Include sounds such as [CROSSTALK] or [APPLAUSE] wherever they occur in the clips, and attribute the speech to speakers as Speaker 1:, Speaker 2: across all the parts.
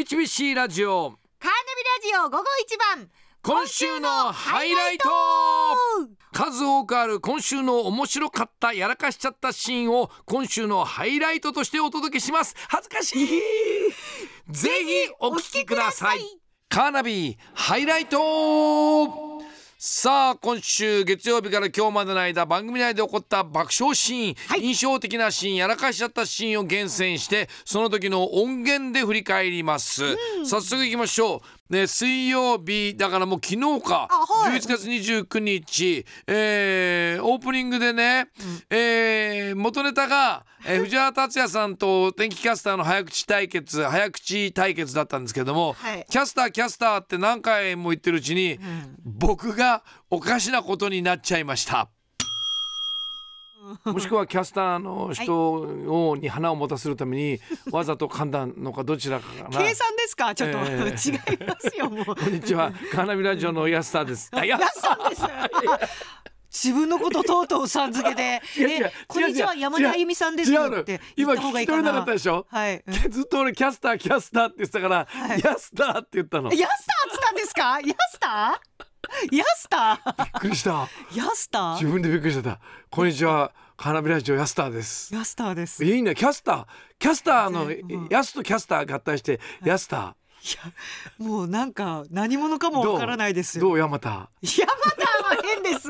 Speaker 1: HBC ラジオ
Speaker 2: カーナビラジオ午後一番
Speaker 1: 今週のハイライト数多くある今週の面白かったやらかしちゃったシーンを今週のハイライトとしてお届けします恥ずかしいぜひお聞きくださいカーナビハイライトさあ今週月曜日から今日までの間番組内で起こった爆笑シーン、
Speaker 2: はい
Speaker 1: 印象的なシーンやらかしちゃったシーンを厳選してその時の音源で振り返ります、早速いきましょう、ね、水曜日だからもう昨日か
Speaker 2: あはい
Speaker 1: 11月29日、えーオープニングでね、えー元ネタが、
Speaker 2: [LAUGHS]
Speaker 1: えー藤原竜也さんと天気キャスターの早口対決早口対決だったんですけども、
Speaker 2: はい
Speaker 1: キャスターキャスターって何回も言ってるうちに、僕がおかしなことになっちゃいました。もしくはキャスターの人をに花を持たせるため
Speaker 2: [LAUGHS]
Speaker 1: にわざと噛んだのかどちらかかな。
Speaker 2: 計算ですかちょっと、
Speaker 1: え
Speaker 2: 違いますよもう
Speaker 1: [LAUGHS]
Speaker 2: こ
Speaker 1: こんにちは、カーナビラジオの安田
Speaker 2: [LAUGHS]
Speaker 1: です。あ、安
Speaker 2: やっさんです自分のこととうとうさん付けで
Speaker 1: いやいや
Speaker 2: えこんにちは
Speaker 1: 違う違う
Speaker 2: 山田あゆみさんです
Speaker 1: 違うの
Speaker 2: って言った方がいいかな
Speaker 1: 今聞き取れなかったでしょ
Speaker 2: はい、うん
Speaker 1: ずっと俺キャスターキャスターって言ってたから、
Speaker 2: い
Speaker 1: ヤスターって言ったの。びっ
Speaker 2: ヤスターっつったんですかヤスターヤスター
Speaker 1: くりした。
Speaker 2: ヤスタ
Speaker 1: 自
Speaker 2: ー
Speaker 1: 分でびっくりしてた。こんにちは、カーナビラジオヤスターです。
Speaker 2: ヤスターですい
Speaker 1: いいね、キャスター、キャスターの
Speaker 2: うん
Speaker 1: ヤスとキャスター合体して、ヤスタ
Speaker 2: やもうなんか何者か
Speaker 1: ー。
Speaker 2: もわからないです
Speaker 1: ど
Speaker 2: よ
Speaker 1: うどう山田。
Speaker 2: 山田は変です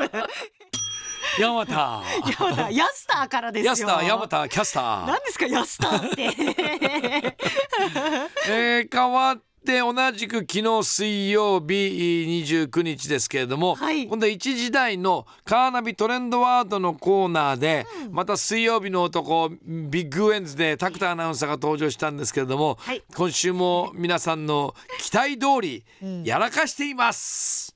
Speaker 1: 山田。
Speaker 2: 山田ヤスターからですよ
Speaker 1: ヤスター、山田、キャスター。
Speaker 2: 何ですかヤスター
Speaker 1: [LAUGHS]
Speaker 2: って
Speaker 1: えー、変わって同じく昨日水曜日29日ですけれども、
Speaker 2: はい
Speaker 1: 今度は1時台のカーナビトレンドワードのコーナーで、また水曜日の男ビッグウェンズでタクタアナウンサーが登場したんですけれども、
Speaker 2: はい
Speaker 1: 今週も皆さんの期待通りやらかしています。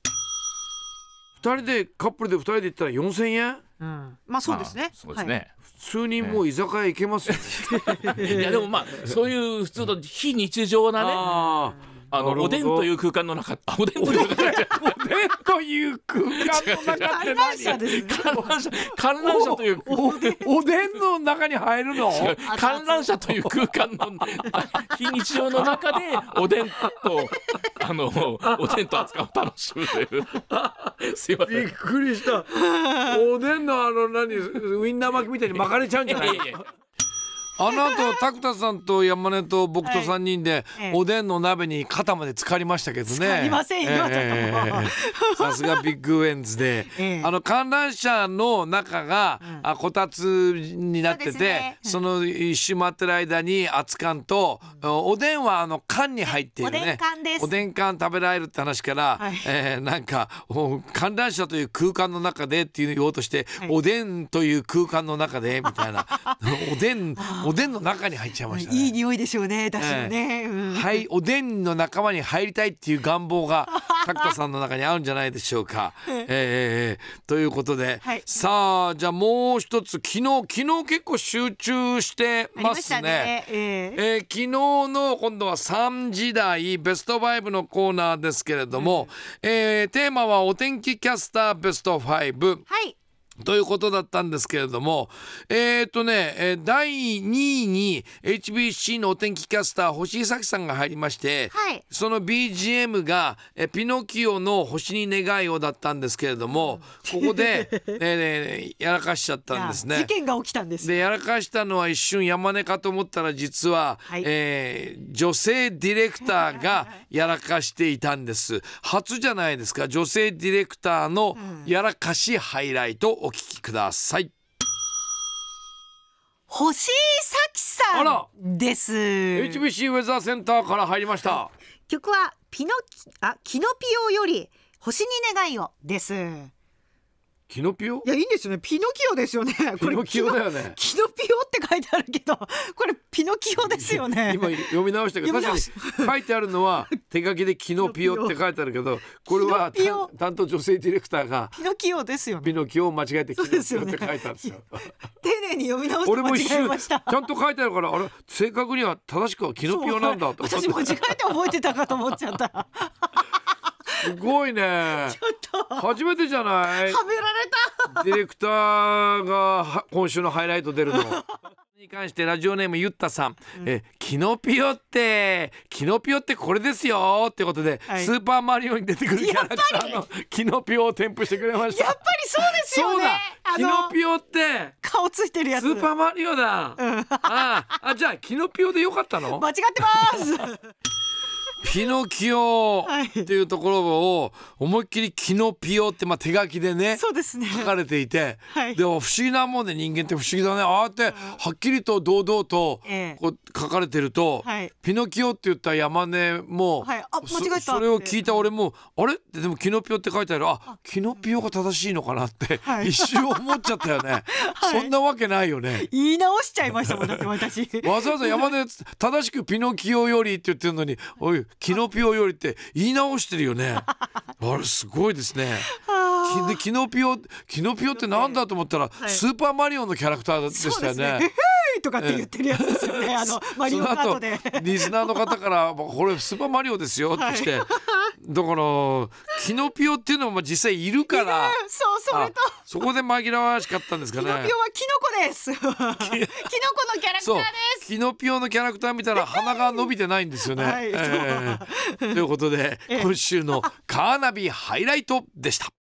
Speaker 1: 二人でカップルで二人で行ったら4000円
Speaker 2: うんまあそうですね
Speaker 3: まあそうですね。
Speaker 1: 普通にもう居酒屋行けますよ、ね、
Speaker 3: [LAUGHS] い、やでもまあそういう普通の非日常なね、
Speaker 1: [LAUGHS] あ [LAUGHS] ー
Speaker 3: あの
Speaker 1: なるほど
Speaker 3: おでんという空間の中、あおでんという空間じゃない
Speaker 1: おでんという空間の中って
Speaker 2: 観
Speaker 1: 何
Speaker 2: 覧車ですね
Speaker 3: 観覧車観覧車という
Speaker 1: おおおでんの中に入るの
Speaker 3: 観覧車という空間のあ非日常の中でおでんとあのおでんと扱うを楽しむという。すいません。い
Speaker 1: びっくりしたおでんのあの何ウインナー巻きみたいに巻かれちゃうんじゃな
Speaker 3: や
Speaker 1: い
Speaker 3: いやいや
Speaker 1: あの後タクタさんと山根と僕と
Speaker 2: はい
Speaker 1: 3人で
Speaker 2: ええ
Speaker 1: おでんの鍋に肩まで浸かりましたけどね
Speaker 2: 浸かりませんよ
Speaker 1: ええ
Speaker 2: ちょっともう
Speaker 1: ええさすがビッグウェンズで、
Speaker 2: ええ
Speaker 1: あの観覧車の中が、
Speaker 2: うん
Speaker 1: あこたつになってて
Speaker 2: そうで
Speaker 1: そ,、
Speaker 2: すねうん
Speaker 1: の一周回ってる間に熱燗と、おでんはあの缶に入っているね
Speaker 2: おでん缶です
Speaker 1: おでん缶食べられるって話から、
Speaker 2: はい
Speaker 1: えーなんかお観覧車という空間の中でっていうのを言おうとして、
Speaker 2: はい
Speaker 1: おでんという空間の中でみたいな [LAUGHS] おでんおでんの中に入っちゃいました
Speaker 2: いい
Speaker 1: ね。
Speaker 2: 匂いでしょうねだしのね、うん
Speaker 1: はいおでんの仲間に入りたいっていう願望
Speaker 2: [LAUGHS]
Speaker 1: が角田さんの中にあるんじゃないでしょうか。えーということで、
Speaker 2: はい
Speaker 1: さあじゃあもう一つ昨日昨日結構集中して
Speaker 2: ありま
Speaker 1: ま
Speaker 2: し
Speaker 1: すね。
Speaker 2: たね。ええ
Speaker 1: えー昨日の今度は3時台ベスト5のコーナーですけれども、えーテーマはお天気キャスターベスト5
Speaker 2: はい。
Speaker 1: ということだったんですけれどもえっ、とね、えー第2位に HBC のお天気キャスター星井咲さんが入りまして、
Speaker 2: はい。
Speaker 1: その BGM がえピノキオの星に願いをだったんですけれども、ここ
Speaker 2: [LAUGHS]
Speaker 1: で、えーやらかしちゃったんですね
Speaker 2: 事。件が起きたんです。
Speaker 1: でやらかしたのは一瞬山根かと思ったら実は、
Speaker 2: はい
Speaker 1: えー女性ディレクターがやらかしていたんです初じゃないですか女性ディレクターのやらかしハイライトお聞きください、
Speaker 2: 星井咲
Speaker 1: あら
Speaker 2: さんです。
Speaker 1: HBC ウェザーセンターから入りました
Speaker 2: 曲はピノキあキノピオより星に願いをです。い
Speaker 1: キノピオ
Speaker 2: やいいんですよね。ピノキオです
Speaker 1: [LAUGHS]
Speaker 2: よね。こ
Speaker 1: キ
Speaker 2: れ
Speaker 1: ノキオだよね
Speaker 2: キノピオって書いてあるけど、これピノキオですよね。
Speaker 1: 今読み直したけど
Speaker 2: 読み
Speaker 1: 確かに
Speaker 2: 直し
Speaker 1: 書いてあるの
Speaker 2: [LAUGHS]
Speaker 1: は手書きで「キノピオ」って書いてあるけどこれは
Speaker 2: キノピ
Speaker 1: 担
Speaker 2: オ
Speaker 1: 担当女性ディレクターが
Speaker 2: ピノキオですよ
Speaker 1: 「
Speaker 2: ね。
Speaker 1: ピノキオ」を間違えて「キ
Speaker 2: そう
Speaker 1: ノ
Speaker 2: です
Speaker 1: ピオ」
Speaker 2: よ
Speaker 1: って
Speaker 2: ね
Speaker 1: 書いたんですよ。
Speaker 2: 丁寧に読み直して
Speaker 1: 俺も
Speaker 2: 間
Speaker 1: 一
Speaker 2: 違え
Speaker 1: 瞬
Speaker 2: ま
Speaker 1: ち
Speaker 2: し
Speaker 1: ゃ
Speaker 2: た。
Speaker 1: んと書いてあるからあれ正確には正しくはキノピオなんだと思っ
Speaker 2: 私
Speaker 1: て
Speaker 2: 間違えて覚えてたかと思っちゃった。は
Speaker 1: すごい
Speaker 2: [LAUGHS]
Speaker 1: ね初めてじゃない
Speaker 2: められた。 [LAUGHS]
Speaker 1: ディレクターがは今週のハイライト出るのに関してラジオネームゆったさん、えキノピオってキノピオってこれですよってことで、
Speaker 2: はい
Speaker 1: スーパーマリオに出てくるキャラクターのキノピオを添付してくれまし
Speaker 2: やったぱりそうですよ
Speaker 1: そう
Speaker 2: ね
Speaker 1: だ
Speaker 2: あ
Speaker 1: キノ
Speaker 2: の
Speaker 1: ピオって
Speaker 2: 顔ついてるやつ
Speaker 1: スーパーマリオだ、あああじゃあキノピオでよかったの
Speaker 2: 間違ってます
Speaker 1: ピノキオ
Speaker 2: はい
Speaker 1: っていうところを思いっきりキノピオってまあ手書きでね
Speaker 2: そうですね
Speaker 1: 書かれていて、
Speaker 2: はい
Speaker 1: でも不思議なもんで人間って不思議だねああやってはっきりと堂々と
Speaker 2: ええ
Speaker 1: こう書かれてると、
Speaker 2: はい
Speaker 1: ピノキオって言った山根も、
Speaker 2: はいあ
Speaker 1: そ
Speaker 2: 間違えたって
Speaker 1: それを聞いた俺もあれってでもキノピオって書いてあるあキノピオが正しいのかなって、
Speaker 2: はい
Speaker 1: 一瞬思っちゃったよね、
Speaker 2: [LAUGHS] は
Speaker 1: そ
Speaker 2: い
Speaker 1: んなわけないよね。
Speaker 2: 言い直しちゃいましたもんだって私
Speaker 1: わざわざ山根正しくピノキオよりって言ってるのに「おいキノピオより」って言い直してるよね。あれすごいですね。きでキノピオキノピオってなんだと思ったら、
Speaker 2: い
Speaker 1: スーパーマリオのキャラクターで
Speaker 2: そ
Speaker 1: した
Speaker 2: うで
Speaker 1: よ
Speaker 2: すね
Speaker 1: ね。 [LAUGHS]
Speaker 2: へへーとかって言ってるやつですよねあのマリオカートで
Speaker 1: その後リスナーの方から「これスーパーマリオですよ」って来て、だからキノピオっていうのも実際いるから。
Speaker 2: そうそれと
Speaker 1: あそこで紛らわしかったんですか
Speaker 2: キ
Speaker 1: ね。
Speaker 2: ノピオはキノコで
Speaker 1: [LAUGHS]
Speaker 2: す [LAUGHS] キノコのキャラクター
Speaker 1: そう
Speaker 2: です
Speaker 1: キノピオのキャラクター見たら鼻が伸びてないんですよね。
Speaker 2: はい [LAUGHS]
Speaker 1: ええということで今週のカーナビハイライトでした。